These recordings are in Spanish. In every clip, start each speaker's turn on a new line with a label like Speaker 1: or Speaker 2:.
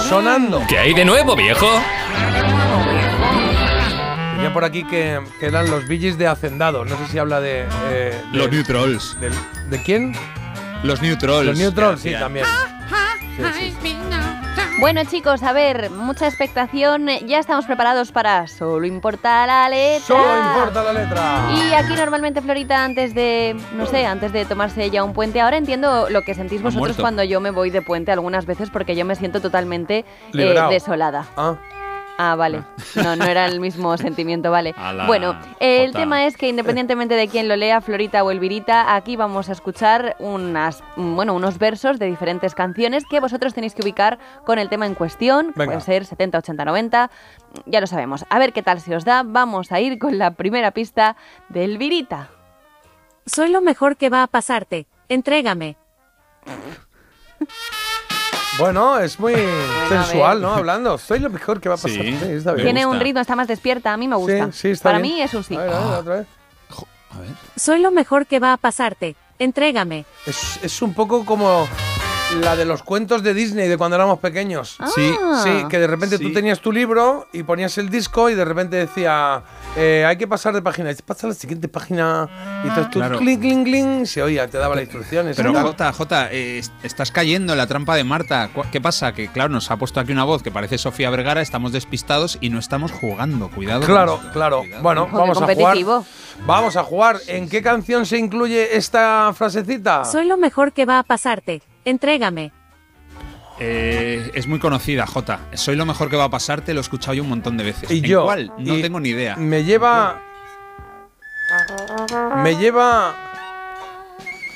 Speaker 1: sonando.
Speaker 2: ¿Qué hay de nuevo, viejo?
Speaker 3: Ah.
Speaker 1: Ya por aquí que, que eran los billis de Hacendado. No sé si habla de. eh, de-
Speaker 3: Los New Trolls.
Speaker 1: del- ¿De quién?
Speaker 3: Los New Trolls.
Speaker 1: Los New Trolls, sí,
Speaker 3: Ya,
Speaker 1: también.
Speaker 4: Ah, Bueno chicos, a ver, mucha expectación. Ya estamos preparados para Solo importa la letra.
Speaker 1: Solo importa la letra.
Speaker 4: Y aquí normalmente Florita antes de, no sé, antes de tomarse ya un puente, ahora entiendo lo que sentís
Speaker 3: Ha
Speaker 4: vosotros
Speaker 3: muerto.
Speaker 4: cuando yo me voy de puente algunas veces porque yo me siento totalmente eh,
Speaker 1: Liberado.
Speaker 4: desolada.
Speaker 1: Ah,
Speaker 4: Ah, vale. No, no era el mismo sentimiento, vale.
Speaker 3: Ala,
Speaker 4: bueno, el
Speaker 3: Jota.
Speaker 4: tema es que independientemente de quién lo lea, Florita o Elvirita, aquí vamos a escuchar unas, mm, bueno, unos versos de diferentes canciones que vosotros tenéis que ubicar con el tema en cuestión, que
Speaker 1: Venga.
Speaker 4: puede ser 70, 80, 90, ya lo sabemos. A ver qué tal se os da, vamos a ir con la primera pista de Elvirita.
Speaker 5: Soy lo mejor que va a pasarte. Entrégame.
Speaker 1: bueno, es muy sensual,
Speaker 4: ver.
Speaker 1: ¿no? Hablando. Soy lo mejor que va a pasar.
Speaker 3: Sí.
Speaker 1: está bien.
Speaker 4: Tiene un
Speaker 3: gusta.
Speaker 4: ritmo, está más despierta, a mí me gusta.
Speaker 1: Sí, sí, está
Speaker 4: Para
Speaker 1: bien.
Speaker 4: mí es un sí.
Speaker 1: A ver, a ver, otra vez.
Speaker 5: Soy lo mejor que va a pasarte. Entrégame.
Speaker 1: Es, es un poco como la de los cuentos de Disney de cuando éramos pequeños.
Speaker 3: Sí,
Speaker 1: Sí, que de repente tú
Speaker 3: Ah. Sí.
Speaker 1: tenías tu libro y ponías el disco y de repente decía, eh, hay que pasar de página, Dices, pasa a la siguiente página y entonces tú
Speaker 3: Claro.
Speaker 1: cling, cling, cling, se oía, te daba las instrucciones.
Speaker 3: Pero
Speaker 1: y tal.
Speaker 3: Jota, Jota, eh, est- estás cayendo en la trampa de Marta. Cu- ¿Qué pasa? Que claro, nos ha puesto aquí una voz que parece Sofía Vergara, estamos despistados y no estamos jugando. Cuidado. con
Speaker 1: Claro,
Speaker 3: esto,
Speaker 1: claro.
Speaker 3: cuidado.
Speaker 1: Bueno,
Speaker 4: Joder,
Speaker 1: vamos a jugar.
Speaker 4: competitivo.
Speaker 1: Vamos a jugar. ¿En qué canción se incluye esta
Speaker 4: Ah.
Speaker 1: frasecita?
Speaker 5: Soy lo mejor que va a pasarte. Entrégame.
Speaker 3: Eh, es muy conocida, Jota. Soy lo mejor que va a pasarte, lo he escuchado yo un montón de veces.
Speaker 1: Y
Speaker 3: ¿En
Speaker 1: yo.
Speaker 3: cuál? No
Speaker 1: y
Speaker 3: tengo ni idea.
Speaker 1: Me lleva. Me lleva.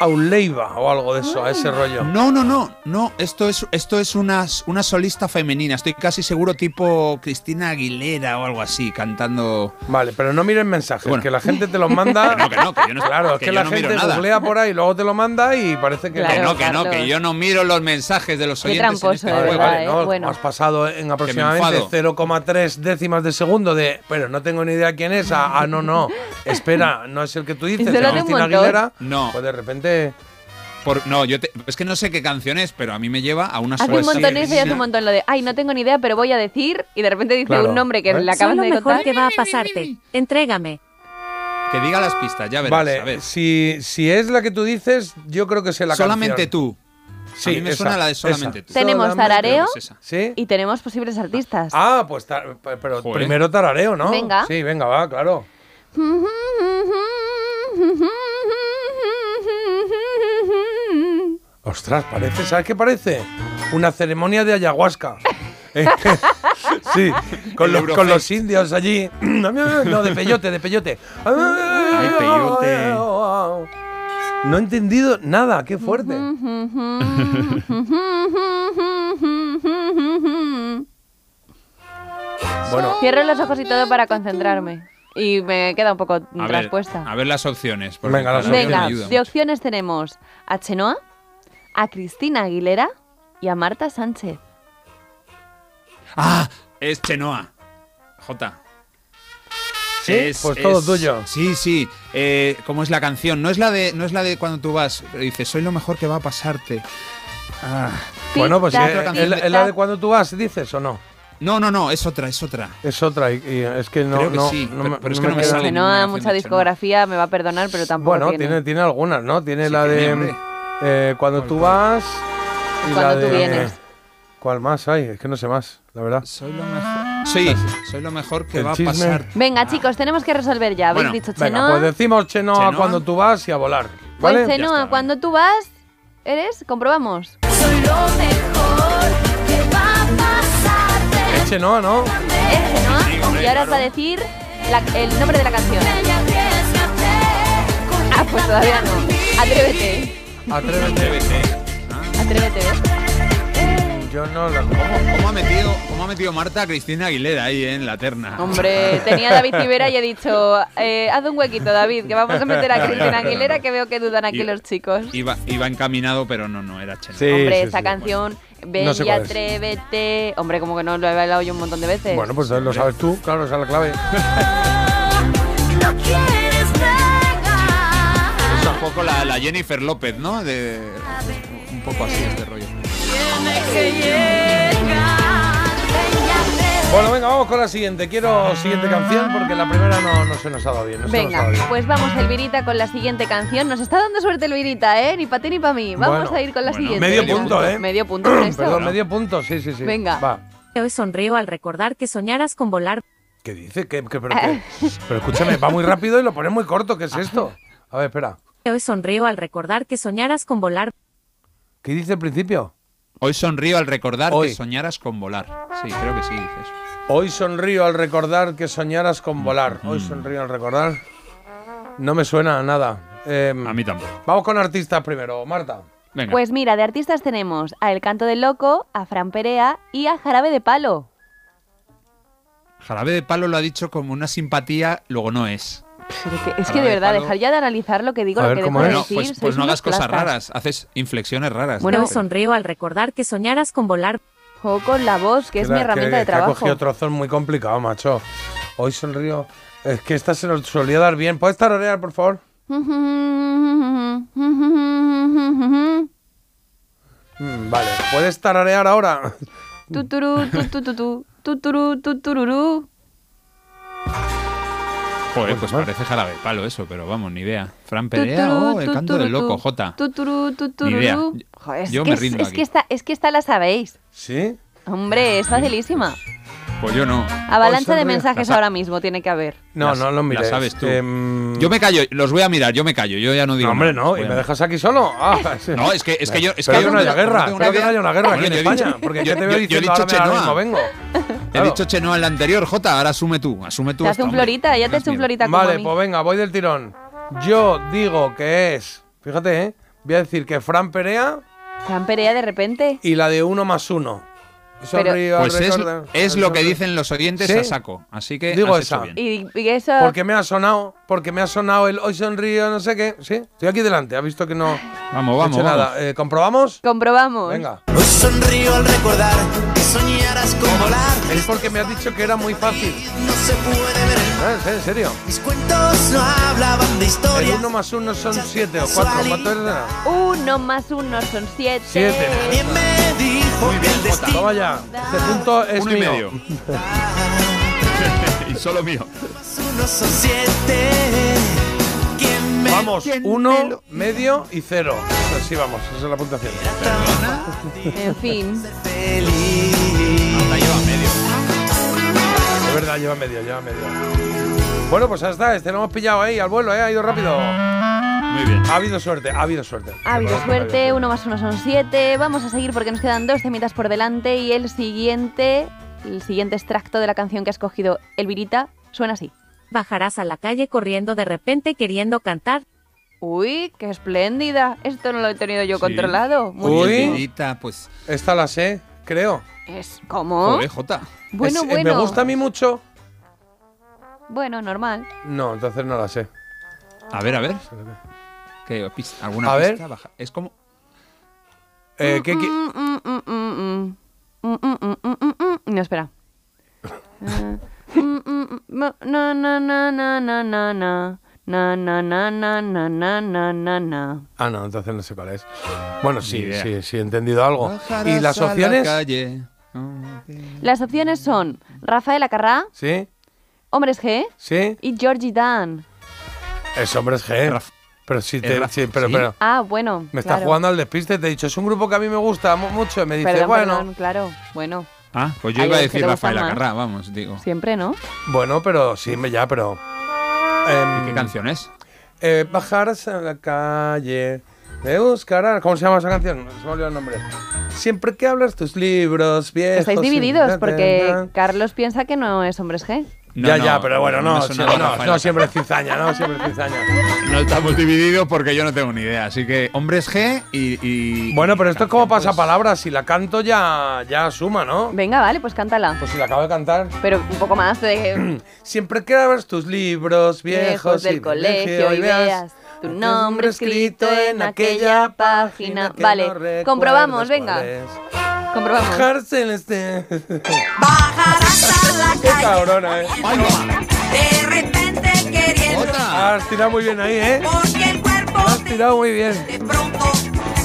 Speaker 1: A un Leiva o algo de eso, a ese rollo.
Speaker 3: No, no, no, no. Esto es, esto es una, una solista femenina. Estoy casi seguro, tipo Cristina Aguilera o algo así, cantando.
Speaker 1: Vale, pero no mires mensajes,
Speaker 3: Bueno.
Speaker 1: que la gente te los manda.
Speaker 3: Que no, que no, que yo no-
Speaker 1: claro, es que,
Speaker 3: que yo
Speaker 1: la
Speaker 3: no miro
Speaker 1: gente
Speaker 3: nada.
Speaker 1: googlea por ahí, luego te lo manda y parece que
Speaker 4: Claro,
Speaker 3: que no, que no,
Speaker 4: Carlos.
Speaker 3: que yo no miro los mensajes de los
Speaker 4: Qué
Speaker 3: oyentes. en
Speaker 4: tramposo,
Speaker 3: este
Speaker 4: de
Speaker 1: Vale,
Speaker 3: juego.
Speaker 4: verdad,
Speaker 1: vale,
Speaker 4: eh,
Speaker 1: no,
Speaker 4: bueno.
Speaker 1: has pasado en aproximadamente
Speaker 3: enfado.
Speaker 1: 0,3 décimas de segundo de, pero no tengo ni idea quién es. Ah, ah, no, no. Espera, no es el que tú dices,
Speaker 4: Eso
Speaker 1: de
Speaker 4: lo hace un
Speaker 1: Cristina
Speaker 4: montón.
Speaker 1: Aguilera.
Speaker 3: No.
Speaker 1: Pues de repente.
Speaker 3: Por- no, yo te- es que no sé qué canción es, pero a mí me lleva a una
Speaker 4: Hace un
Speaker 3: solista
Speaker 4: montón eso y hace
Speaker 3: femenina.
Speaker 4: un montón lo de, ay, no tengo ni idea, pero voy a decir, y de repente dice
Speaker 1: Claro.
Speaker 4: un nombre que
Speaker 1: ¿Eh?
Speaker 4: le
Speaker 5: Soy
Speaker 4: acaban
Speaker 5: lo
Speaker 4: de
Speaker 5: mejor
Speaker 4: contar.
Speaker 5: que va a pasarte. Entrégame.
Speaker 3: Que diga las pistas, ya verás.
Speaker 1: Vale,
Speaker 3: a ver.
Speaker 1: Si, si es la que tú dices, yo creo que es la
Speaker 3: solamente
Speaker 1: canción.
Speaker 3: tú.
Speaker 1: Sí,
Speaker 3: a mí me
Speaker 1: esa,
Speaker 3: suena la de
Speaker 1: esa.
Speaker 3: solamente tú.
Speaker 4: Tenemos
Speaker 1: Solamente-
Speaker 4: tarareo
Speaker 3: es esa.
Speaker 1: ¿Sí?
Speaker 4: y tenemos posibles artistas.
Speaker 1: Ah, pues tar- pero
Speaker 3: Joder.
Speaker 1: primero tarareo, ¿no?
Speaker 4: Venga.
Speaker 1: Sí, venga, va, claro. Ostras, parece, ¿sabes qué parece? Una ceremonia de ayahuasca. Eh, sí, con
Speaker 3: El
Speaker 1: los,
Speaker 3: Eurofest.
Speaker 1: con los indios allí. No, de peyote, de peyote. Ay,
Speaker 3: peyote.
Speaker 1: No he entendido nada, qué fuerte. Bueno,
Speaker 4: Cierro los ojos y todo para concentrarme. Y me queda un poco
Speaker 3: A ver, a
Speaker 4: traspuesta.
Speaker 3: ver las opciones. porque
Speaker 1: Venga, las
Speaker 3: para mí me
Speaker 4: Venga,
Speaker 3: ayuda
Speaker 4: de
Speaker 3: mucho.
Speaker 4: Mm, opciones tenemos a Chenoa, a Cristina Aguilera y a Marta Sánchez.
Speaker 3: Ah, es Chenoa. J.
Speaker 1: ¿Sí? Pues todo tuyo.
Speaker 3: Sí, sí. Eh, ¿Cómo es la canción? No es la de, no es la de cuando tú vas, pero dices, soy lo mejor que va a pasarte. Ah.
Speaker 1: bueno, pues eh,
Speaker 4: Tic-tac,
Speaker 3: otra
Speaker 1: ¿es
Speaker 3: canción
Speaker 1: la-
Speaker 3: de-
Speaker 1: es la de cuando tú vas, dices o no?
Speaker 3: No, no, no, es otra, es otra.
Speaker 1: Es otra, y, y es que no.
Speaker 3: Creo que
Speaker 1: no,
Speaker 3: sí,
Speaker 1: no
Speaker 3: pero-
Speaker 1: me-
Speaker 3: pero es
Speaker 1: no
Speaker 3: que no me
Speaker 1: queda-
Speaker 3: sale. ninguna
Speaker 4: Chenoa,
Speaker 3: canción
Speaker 4: mucha
Speaker 3: de Chenoa.
Speaker 4: discografía, me va a perdonar, pero tampoco
Speaker 1: Bueno, tiene, tiene algunas, ¿no? Tiene
Speaker 3: Sí,
Speaker 1: la
Speaker 3: tiene,
Speaker 1: de
Speaker 3: hombre.
Speaker 1: eh, Cuando
Speaker 3: ¿Cuál,
Speaker 1: tú
Speaker 3: cuál?
Speaker 1: vas. y
Speaker 4: Cuando
Speaker 1: la
Speaker 4: tú
Speaker 1: de-
Speaker 4: vienes.
Speaker 1: ¿Cuál más hay? Es que no sé más, la verdad.
Speaker 3: Soy lo mejor. Sí, soy lo mejor que
Speaker 1: El
Speaker 3: va a
Speaker 1: chisme.
Speaker 3: pasar.
Speaker 4: Venga, chicos, tenemos que resolver ya. Habéis
Speaker 3: Bueno,
Speaker 4: dicho
Speaker 1: Ah. Venga,
Speaker 4: Chenoa.
Speaker 1: pues decimos Chenoa,
Speaker 3: Chenoa.
Speaker 1: cuando tú vas y a volar.
Speaker 4: Pues,
Speaker 1: ¿Vale?
Speaker 4: Chenoa,
Speaker 3: Ya está.
Speaker 4: cuando tú vas, eres, comprobamos.
Speaker 1: Es Chenoa, ¿no?
Speaker 4: Es Chenoa. y ahora os va a decir la- el nombre de la canción. Ah, pues todavía no. Atrévete.
Speaker 1: Atrévete.
Speaker 4: Atrévete. ¿ves?
Speaker 1: Yo no la
Speaker 3: ¿Cómo, cómo ha metido, ¿Cómo ha metido Marta a Cristina Aguilera ahí eh, en la terna?
Speaker 4: Hombre, tenía a David Civera y he dicho, eh, haz un huequito, David, que vamos a meter a Cristina Aguilera, que veo que dudan aquí
Speaker 3: Y-
Speaker 4: los chicos.
Speaker 3: Iba, iba encaminado, pero no, no, era Chenoa.
Speaker 1: Sí,
Speaker 4: Hombre,
Speaker 1: sí,
Speaker 4: esa
Speaker 1: sí.
Speaker 4: canción, ven
Speaker 1: No sé
Speaker 4: y
Speaker 1: cuál es.
Speaker 4: atrévete. Hombre, como que no lo he bailado yo un montón de veces.
Speaker 1: Bueno, pues lo sabes tú, claro, esa es la clave.
Speaker 3: Es un poco la, la Jennifer López, ¿no? De, un poco así este rollo.
Speaker 6: que llega.
Speaker 1: Bueno, venga, vamos con la siguiente. Quiero siguiente canción porque la primera no, no se nos ha dado bien. no se nos ha
Speaker 4: Venga,
Speaker 1: dado bien.
Speaker 4: pues vamos, Elvirita, con la siguiente canción. Nos está dando suerte Elvirita, ¿eh? Ni para ti ni para mí. Vamos
Speaker 1: Bueno,
Speaker 4: a ir con la
Speaker 3: bueno,
Speaker 4: siguiente.
Speaker 1: medio punto, ¿eh?
Speaker 4: Medio punto con esto.
Speaker 1: Perdón, medio punto. Sí, sí, sí.
Speaker 4: Venga.
Speaker 1: Va.
Speaker 5: Hoy sonrío al recordar que soñaras con volar.
Speaker 1: ¿Qué dice? ¿Qué, qué- pero, qué? pero escúchame, va muy rápido y lo pones muy corto. ¿Qué es esto? A ver, espera.
Speaker 5: Hoy sonrío al recordar que soñaras con volar.
Speaker 1: ¿Qué dice al principio?
Speaker 3: Hoy sonrío al recordar
Speaker 1: Hoy.
Speaker 3: que soñaras con volar. Sí, creo que sí, dices.
Speaker 1: Hoy sonrío al recordar que soñaras con volar. Hoy sonrío al recordar. No me suena a nada. Em,
Speaker 3: A mí tampoco.
Speaker 1: Vamos con artistas primero, Marta.
Speaker 3: Venga.
Speaker 4: Pues mira, de artistas tenemos a El Canto del Loco, a Fran Perea y a Jarabe de Palo.
Speaker 3: Jarabe de palo lo ha dicho como una simpatía, luego no es.
Speaker 4: Pero que- es que
Speaker 3: Jarabe
Speaker 4: de
Speaker 3: de
Speaker 4: verdad,
Speaker 3: Palo.
Speaker 4: dejar ya de analizar lo que digo,
Speaker 1: A
Speaker 4: lo
Speaker 1: ver,
Speaker 4: que
Speaker 1: ¿cómo
Speaker 4: dejo
Speaker 1: es?
Speaker 4: de decir.
Speaker 3: Bueno, pues,
Speaker 4: sois
Speaker 3: pues no
Speaker 4: unos
Speaker 3: hagas cosas
Speaker 4: plastas.
Speaker 3: raras, haces inflexiones raras.
Speaker 4: Bueno,
Speaker 5: Hoy sonrío al recordar que soñaras con volar.
Speaker 4: Juego con la voz, que es
Speaker 1: la-
Speaker 4: mi herramienta de
Speaker 1: que ha
Speaker 4: trabajo.
Speaker 1: cogido trozos muy complicados, macho. Hoy sonrío. Es que esta se nos solía dar bien. ¿Puedes tararear, por favor? Mm, vale. ¿Puedes tararear ahora?
Speaker 4: Tuturú, tutututú, tuturú, tutururú.
Speaker 3: Joder, pues
Speaker 1: mal.
Speaker 3: parece jarabe de palo eso, pero vamos, ni idea. Fran Perea
Speaker 4: Tuturú,
Speaker 3: oh, el canto del
Speaker 4: tuturú,
Speaker 3: loco, J.
Speaker 4: tuturú, tuturú.
Speaker 3: Ni idea.
Speaker 4: Joder, es
Speaker 3: Yo
Speaker 4: que
Speaker 3: me
Speaker 4: es-
Speaker 3: rindo
Speaker 4: es
Speaker 3: aquí.
Speaker 4: que esta- es que esta la sabéis.
Speaker 1: ¿Sí?
Speaker 4: Hombre, es facilísima.
Speaker 3: Pues yo no.
Speaker 4: Avalancha de
Speaker 1: sonríe.
Speaker 4: mensajes
Speaker 3: Las ha-
Speaker 4: ahora mismo tiene que haber.
Speaker 1: No,
Speaker 3: Las-
Speaker 1: no lo
Speaker 3: las
Speaker 1: mires.
Speaker 3: sabes tú.
Speaker 1: Em,
Speaker 3: Yo me callo, los voy a mirar, yo me callo, yo ya no digo.
Speaker 1: No, hombre,
Speaker 3: nada,
Speaker 1: no.
Speaker 3: voy
Speaker 1: ¿Y
Speaker 3: a
Speaker 1: me
Speaker 3: mirar.
Speaker 1: dejas aquí solo? Ah, sí.
Speaker 3: No, es que, es que yo. Es
Speaker 1: Espero
Speaker 3: yo
Speaker 1: que no haya
Speaker 3: tengo-
Speaker 1: guerra,
Speaker 3: tengo
Speaker 1: espero que
Speaker 3: idea.
Speaker 1: no haya una guerra aquí
Speaker 3: Bueno,
Speaker 1: en
Speaker 3: yo he dicho-
Speaker 1: España. porque yo te veo
Speaker 3: yo-
Speaker 1: diciendo
Speaker 3: yo he dicho
Speaker 1: ahora, me- ahora
Speaker 3: Chenoa.
Speaker 1: mismo vengo.
Speaker 3: He
Speaker 1: Claro.
Speaker 3: dicho Chenoa en la anterior, J, ahora asume tú, asume tú.
Speaker 4: Te hace
Speaker 3: esta,
Speaker 4: un
Speaker 3: hombre.
Speaker 4: florita, ya te
Speaker 3: Dios
Speaker 4: hace un
Speaker 3: mío.
Speaker 4: florita como a
Speaker 1: Vale,
Speaker 4: mí.
Speaker 1: pues venga, voy del tirón. Yo digo que es. Fíjate, ¿eh? Voy a decir que Fran Perea
Speaker 4: Fran Perea de repente.
Speaker 1: y la de uno más uno.
Speaker 4: Pero-
Speaker 1: Sonrío al
Speaker 3: Pues es,
Speaker 1: recordar-
Speaker 3: es lo que dicen los oyentes
Speaker 1: Sí.
Speaker 3: a saco, así que.
Speaker 1: Digo
Speaker 3: has hecho
Speaker 1: esa.
Speaker 3: bien.
Speaker 4: Y, y eso.
Speaker 1: Porque me ha sonado, porque me ha sonado el hoy sonrío, no sé qué. Sí, estoy aquí delante, ha visto que no.
Speaker 3: Vamos,
Speaker 1: he
Speaker 3: vamos,
Speaker 1: hecho nada.
Speaker 3: vamos.
Speaker 1: Eh, ¿Comprobamos?
Speaker 4: Comprobamos.
Speaker 1: Venga.
Speaker 2: Hoy sonrío al recordar que soñaras con volar.
Speaker 1: Es porque me has dicho que era muy fácil.
Speaker 2: No se puede ver el mar.
Speaker 1: Ah, ¿En serio? ¿En serio?
Speaker 2: Mis cuentos no hablaban de
Speaker 1: El
Speaker 2: historia.
Speaker 1: uno más uno son siete o cuatro. ¿Cuánto era?
Speaker 4: Uno más uno son siete.
Speaker 1: Siete.
Speaker 2: Nadie me dijo que el destino
Speaker 1: Toma ya. Este punto es
Speaker 3: Uno y
Speaker 1: mío.
Speaker 3: medio. y solo mío.
Speaker 2: es uno son siete. ¿Quién me
Speaker 1: Vamos, uno, medio y cero. Pues sí, vamos, esa es la puntuación.
Speaker 4: En fin.
Speaker 2: feliz?
Speaker 3: La lleva medio.
Speaker 1: De verdad, lleva medio, lleva medio. Bueno, pues ya está, este lo hemos pillado ahí al vuelo, ¿eh? ha ido rápido. Ha
Speaker 3: Muy bien.
Speaker 1: habido suerte, ha habido suerte.
Speaker 4: Ha habido
Speaker 1: Ha
Speaker 4: suerte, uno más uno son siete. Vamos a seguir porque nos quedan dos temitas por delante y el siguiente, el siguiente extracto de la canción que ha escogido Elvirita suena así.
Speaker 5: Bajarás a la calle corriendo de repente queriendo cantar.
Speaker 4: Uy, qué espléndida. Esto no lo he tenido yo
Speaker 3: Sí.
Speaker 4: controlado. Muy
Speaker 1: Uy.
Speaker 4: bien.
Speaker 3: Querida, pues.
Speaker 1: Esta la sé, creo.
Speaker 4: Es como.
Speaker 3: Joder, J.
Speaker 4: Bueno,
Speaker 1: Es- eh,
Speaker 4: bueno.
Speaker 1: ¿Me gusta a mí mucho?
Speaker 4: Bueno, normal.
Speaker 1: No, entonces no la sé.
Speaker 3: A ver, a ver. ¿Qué, pis- ¿Alguna
Speaker 1: A ver.
Speaker 3: pista? Baja. Es como.
Speaker 1: Eh, ¿qué, qué-
Speaker 4: Mm, mm, mm, mm, mm, mm, mm, mm, mm, mm, mm. No, espera. Eh, mm, mm, mm, Na, na, na, na, na, na, na. Na, na, na, na, na, na, na, na, na.
Speaker 1: Ah, no, entonces no sé cuál es. Bueno, sí,
Speaker 3: idea.
Speaker 1: sí, sí, he entendido algo. Oh, ¿Y
Speaker 3: Bajarás
Speaker 1: las
Speaker 3: a la
Speaker 1: opciones?
Speaker 3: calle.
Speaker 4: Las opciones son Rafael Acarrá,
Speaker 1: sí,
Speaker 4: Hombres G
Speaker 1: sí.
Speaker 4: y Georgie Dan.
Speaker 1: Es hombres G.
Speaker 3: Raf-
Speaker 1: Pero sí,
Speaker 3: es
Speaker 1: te,
Speaker 3: Raf-
Speaker 1: sí, pero,
Speaker 3: sí.
Speaker 1: pero
Speaker 4: Ah, bueno.
Speaker 1: me está
Speaker 4: claro.
Speaker 1: jugando al despiste. Te he dicho, es un grupo que a mí me gusta mu- mucho. Y me dice,
Speaker 4: Perdón,
Speaker 1: bueno,
Speaker 4: perdón, claro. Bueno,
Speaker 3: Ah, pues yo
Speaker 4: Hay
Speaker 3: iba
Speaker 4: unos
Speaker 3: a
Speaker 4: que
Speaker 3: decir
Speaker 4: te
Speaker 3: Rafael
Speaker 4: gustan más.
Speaker 3: Acarrá, vamos, digo.
Speaker 4: siempre, ¿no?
Speaker 1: bueno, pero sí, me- ya, pero. em,
Speaker 3: ¿Qué canción es?
Speaker 1: Eh, bajarás a la calle, me buscarás. ¿Cómo se llama esa canción? Se me olvidó el nombre. Siempre que hablas tus libros, viejos.
Speaker 4: Estáis
Speaker 1: y-
Speaker 4: divididos porque Carlos piensa que no es Hombres G.
Speaker 1: ya, ya, pero bueno, no,
Speaker 3: me
Speaker 1: sí,
Speaker 3: sonaba
Speaker 1: no, no,
Speaker 3: Rafael Acarrá.
Speaker 1: siempre es cizaña, no, siempre es cizaña.
Speaker 3: No estamos divididos porque yo no tengo ni idea. Así que hombres G y. y-
Speaker 1: Bueno, pero esto es como
Speaker 3: canción, pues,
Speaker 1: pasapalabras, si la canto ya, ya suma, ¿no?
Speaker 4: Venga, vale, pues cántala.
Speaker 1: Pues si la acabo de cantar.
Speaker 4: Pero un poco más de
Speaker 1: Siempre que hablas tus libros, viejos
Speaker 4: viejos
Speaker 1: y
Speaker 4: del colegio y veas tu nombre escrito en aquella página.
Speaker 1: que no
Speaker 4: Vale,
Speaker 1: recuerdas
Speaker 4: comprobamos,
Speaker 1: cuál
Speaker 4: venga,
Speaker 1: es.
Speaker 4: comprobamos.
Speaker 1: Bajarse en este.
Speaker 6: Bajarás a la
Speaker 1: Qué
Speaker 6: calle,
Speaker 1: cabrona, eh.
Speaker 3: ¡Ay, va!
Speaker 6: de repente queriendo,
Speaker 3: ¡Otra!
Speaker 1: Ah, Has tirado muy bien ahí, ¿eh?
Speaker 6: porque el cuerpo
Speaker 1: Has tirado muy bien.
Speaker 6: de pronto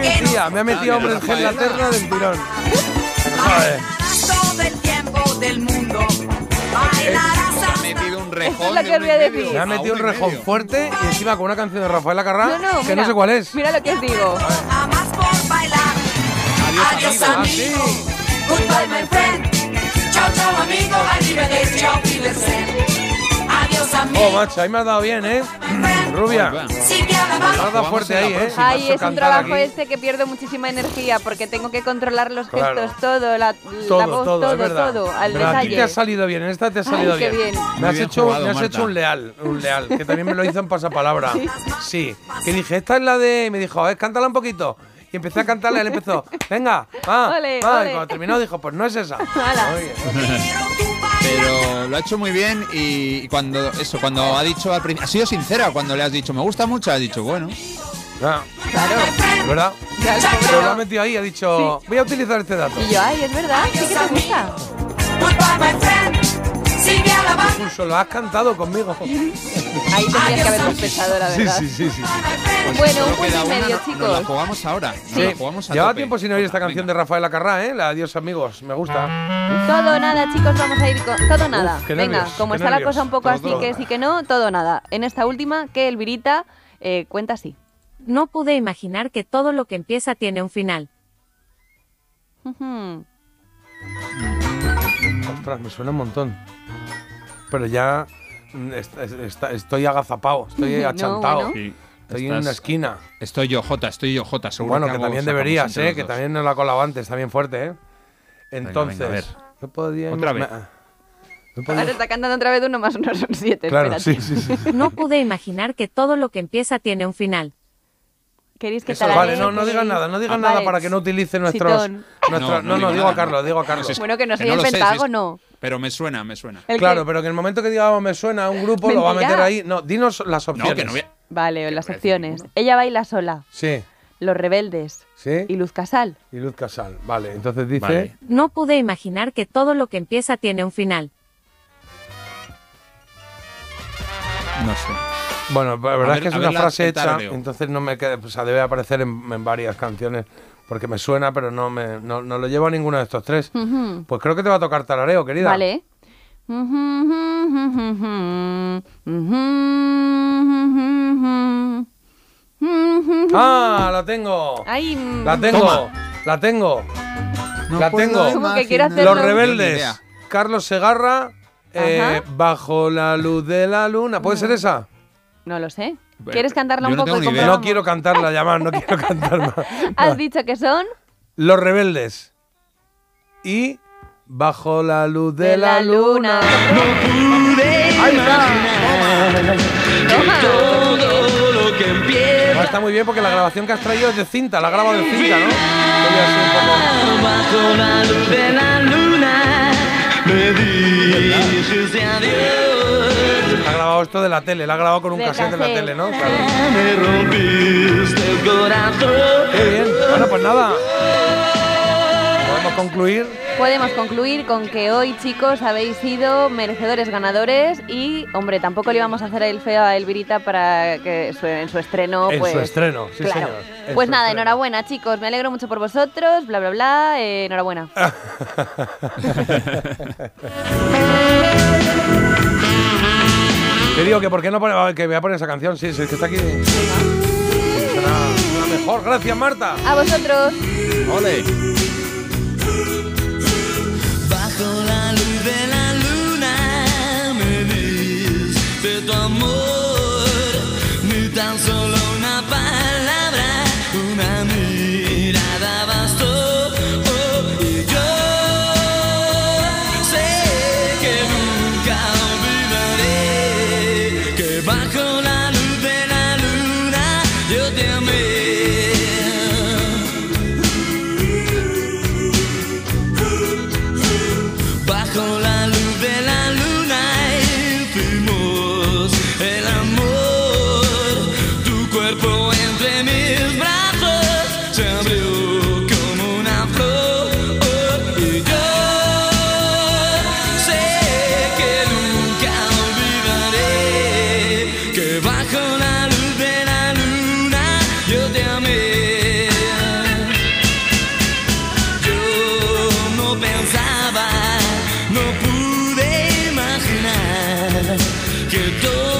Speaker 1: Qué
Speaker 6: que no
Speaker 1: tía, me ha metido hombre en la terna del tirón. Joder.
Speaker 6: está todo el tiempo del mundo.
Speaker 4: sabía que os voy a decir.
Speaker 1: Me ha metido un rejón fuerte y encima con una canción de Rafael Acarrá
Speaker 4: No, no,
Speaker 1: que
Speaker 4: mira,
Speaker 1: no sé cuál es.
Speaker 4: Mira lo que os digo.
Speaker 6: Amas por bailar. Adiós,
Speaker 1: amigo. Ah, sí.
Speaker 6: amigo. Goodbye, my friend. Chao, chao, amigo. Arrivederci, ciao, Pilsen. Adiós, amigo.
Speaker 1: Oh, macho, ahí me has dado bien, ¿eh?
Speaker 6: my friend.
Speaker 1: Rubia,
Speaker 6: Sí que hablamos.
Speaker 1: me has dado
Speaker 3: Vamos
Speaker 1: fuerte
Speaker 3: a la
Speaker 1: ahí, ¿eh? Si
Speaker 3: próxima.
Speaker 4: Ay,
Speaker 1: vas a
Speaker 4: es un
Speaker 1: cantar
Speaker 4: trabajo
Speaker 1: aquí-
Speaker 4: este que pierdo muchísima energía porque tengo que controlar los
Speaker 1: Claro.
Speaker 4: gestos, todo, la, la
Speaker 1: Todo,
Speaker 4: voz,
Speaker 1: todo, es verdad.
Speaker 4: todo, al
Speaker 1: Pero aquí
Speaker 4: detalle.
Speaker 1: te ha salido bien, en esta te ha salido
Speaker 4: qué bien.
Speaker 1: Me
Speaker 3: Muy
Speaker 1: has,
Speaker 3: bien
Speaker 1: hecho,
Speaker 3: jugado,
Speaker 1: me has
Speaker 3: Marta.
Speaker 1: hecho un leal, un leal, que también me lo hizo en pasapalabra. Sí. Que dije, esta es la de. Y me dijo, a ver, cántala un poquito. Y empecé a cantarla y él empezó, venga, va,
Speaker 4: Ole,
Speaker 1: va.
Speaker 4: ole.
Speaker 1: Y cuando terminó dijo, pues no es esa.
Speaker 4: Ala.
Speaker 1: Muy bien.
Speaker 3: Pero lo ha hecho muy bien y, y cuando eso, cuando ha dicho al principio, ha sido sincera cuando le has dicho me gusta mucho, has dicho bueno.
Speaker 1: Ah, ¿Verdad?
Speaker 4: Ya, el pobre
Speaker 1: Pero lo
Speaker 4: no.
Speaker 1: ha metido ahí, ha dicho, voy a utilizar este dato.
Speaker 4: Y yo, ay, es verdad, sí que te gusta.
Speaker 6: Goodbye, my friend. Sí que hablamos.
Speaker 1: Incluso lo has cantado conmigo.
Speaker 4: Ahí tendrías que haber sospechado, la verdad.
Speaker 1: sí, sí.
Speaker 6: My friend.
Speaker 4: Bueno, un
Speaker 3: Solo
Speaker 4: punto y
Speaker 3: queda una,
Speaker 4: medio,
Speaker 3: no- nos la
Speaker 4: chicos.
Speaker 3: jugamos ahora. nos
Speaker 1: Sí.
Speaker 3: la jugamos a
Speaker 1: Llevaba
Speaker 3: tope.
Speaker 1: tiempo sin oír esta
Speaker 3: Venga.
Speaker 1: canción de Rafael Acarrá, ¿eh? La Adiós Amigos, me gusta.
Speaker 4: Todo nada, chicos, vamos a ir con todo nada.
Speaker 1: qué
Speaker 4: Venga,
Speaker 1: nervios,
Speaker 4: como
Speaker 1: qué
Speaker 4: está la
Speaker 1: nervios.
Speaker 4: cosa un poco
Speaker 1: Todo,
Speaker 4: así
Speaker 1: todo.
Speaker 4: que sí que no, todo nada. En esta última, que Elvirita eh, cuenta así.
Speaker 5: No pude imaginar que todo lo que empieza tiene un final.
Speaker 4: Ujú.
Speaker 1: Ostras, me suena un montón. Pero ya mm, est- est- est- estoy agazapado, estoy
Speaker 4: No,
Speaker 1: achantado.
Speaker 4: bueno.
Speaker 3: Sí.
Speaker 1: Estoy en
Speaker 3: Estás-
Speaker 1: una esquina.
Speaker 3: Estoy yo, Jota, estoy yo, Jota, seguro
Speaker 1: Bueno,
Speaker 3: que
Speaker 1: que
Speaker 3: algo
Speaker 1: también
Speaker 3: sacamos
Speaker 1: deberías,
Speaker 3: entre
Speaker 1: ¿eh?
Speaker 3: los
Speaker 1: Que
Speaker 3: dos.
Speaker 1: también nos la colaba antes, también fuerte, ¿eh? Entonces,
Speaker 3: venga, a ver.
Speaker 1: no podía...
Speaker 3: Otra
Speaker 1: me-
Speaker 3: vez.
Speaker 1: no podía-
Speaker 4: Ahora está cantando otra vez uno más uno son siete.
Speaker 1: Claro,
Speaker 4: espérate.
Speaker 1: sí, sí, sí.
Speaker 5: No pude imaginar que todo lo que empieza tiene un final.
Speaker 4: ¿Queréis que
Speaker 3: Eso,
Speaker 4: talaree?
Speaker 1: Vale, no, no digas
Speaker 4: ¿Queréis?
Speaker 1: nada, no digas
Speaker 4: Ah,
Speaker 1: nada
Speaker 4: vale.
Speaker 1: para que no utilice nuestros...
Speaker 4: Chitón.
Speaker 1: nuestros- no, no, digo a
Speaker 3: nada.
Speaker 1: Carlos, digo a
Speaker 3: No
Speaker 1: Carlos.
Speaker 3: sé si-
Speaker 4: Bueno, que no soy el
Speaker 3: lo sé, si es-
Speaker 4: Pentágono.
Speaker 3: Pero me suena, me suena.
Speaker 4: El que-
Speaker 1: Claro, pero que en el momento que digamos me suena a un grupo, lo va a meter
Speaker 4: Mentira.
Speaker 1: ahí. No, dinos las opciones.
Speaker 3: No, que no voy a-
Speaker 4: Vale, las
Speaker 3: voy a decir
Speaker 4: opciones. Ella baila sola,
Speaker 1: Sí,
Speaker 4: Los Rebeldes
Speaker 1: sí.
Speaker 4: y Luz Casal.
Speaker 1: Y Luz Casal. Vale, entonces dice.
Speaker 3: Vale.
Speaker 5: No pude imaginar que todo lo que empieza tiene un final.
Speaker 3: No sé.
Speaker 1: Bueno, la verdad
Speaker 3: A
Speaker 1: es que
Speaker 3: ver-
Speaker 1: es
Speaker 3: a
Speaker 1: una
Speaker 3: ver la-
Speaker 1: frase
Speaker 3: el
Speaker 1: hecha,
Speaker 3: tarareo.
Speaker 1: entonces no me queda. O sea, debe aparecer en, en varias canciones. Porque me suena, pero no me no, no lo llevo a ninguno de estos tres.
Speaker 4: Ujú.
Speaker 1: Pues creo que te va a tocar tarareo, querida.
Speaker 4: Mm. Vale.
Speaker 1: ¡Ah! ¡La tengo!
Speaker 4: Ay, mm,
Speaker 1: ¡La tengo!
Speaker 3: Toma.
Speaker 1: La tengo. La
Speaker 3: puedo
Speaker 1: tengo.
Speaker 4: Como que quiere
Speaker 3: imaginar-
Speaker 4: hacerlo.
Speaker 1: Los
Speaker 4: Tengo
Speaker 1: rebeldes. Carlos Segarra. eh, bajo la luz de la luna. ¿Puede ser esa?
Speaker 4: no lo sé.
Speaker 3: Bueno,
Speaker 4: ¿Quieres cantarla
Speaker 3: yo
Speaker 4: un
Speaker 3: no
Speaker 4: poco?
Speaker 3: tengo
Speaker 4: y
Speaker 3: ni idea.
Speaker 1: No
Speaker 4: comprobamos?
Speaker 1: quiero cantarla ya más, no quiero cantar más.
Speaker 4: Has dicho que son
Speaker 1: Los rebeldes. Y bajo la luz de, la, luna. Ahí está.
Speaker 4: Toma.
Speaker 1: Ah, está muy bien porque la grabación que has traído es de cinta, la grabo de cinta, ¿no? Estoy así un poco- Ha grabado esto de la tele, la ha grabado con un
Speaker 4: Del
Speaker 1: cassette de la
Speaker 4: cassette.
Speaker 1: tele, ¿no? Claro. Qué bien. Bueno, pues nada. Podemos concluir.
Speaker 4: Podemos concluir con que hoy, chicos, habéis sido merecedores ganadores y, hombre, tampoco le íbamos a hacer el feo a Elvirita para que su- en su estreno,
Speaker 1: En su
Speaker 4: pues...
Speaker 1: estreno, sí,
Speaker 4: claro.
Speaker 1: señor, en
Speaker 4: Pues
Speaker 1: su
Speaker 4: nada,
Speaker 1: estreno.
Speaker 4: enhorabuena, chicos. Me alegro mucho por vosotros, bla, bla, bla. eh, enhorabuena.
Speaker 1: Te digo que por qué no pone, ah, que voy a poner esa canción, sí, sí, es que está aquí. Será- será mejor. Gracias, Marta.
Speaker 4: A vosotros.
Speaker 3: Ole.
Speaker 2: Bajo la luz de la luna me diste tu amor, ni tan solo una palabra, una mirada bastó. Oh, y yo sé que nunca olvidaré que bajo la luz de la luna yo te amé. bajo la luz de la luna y fuimos el amor. Tu cuerpo entre mis brazos se abrió como una flor y yo sé que nunca olvidaré que bajo la luz de la luna yo te amé. Yo no pensaba, no pude imaginar que todo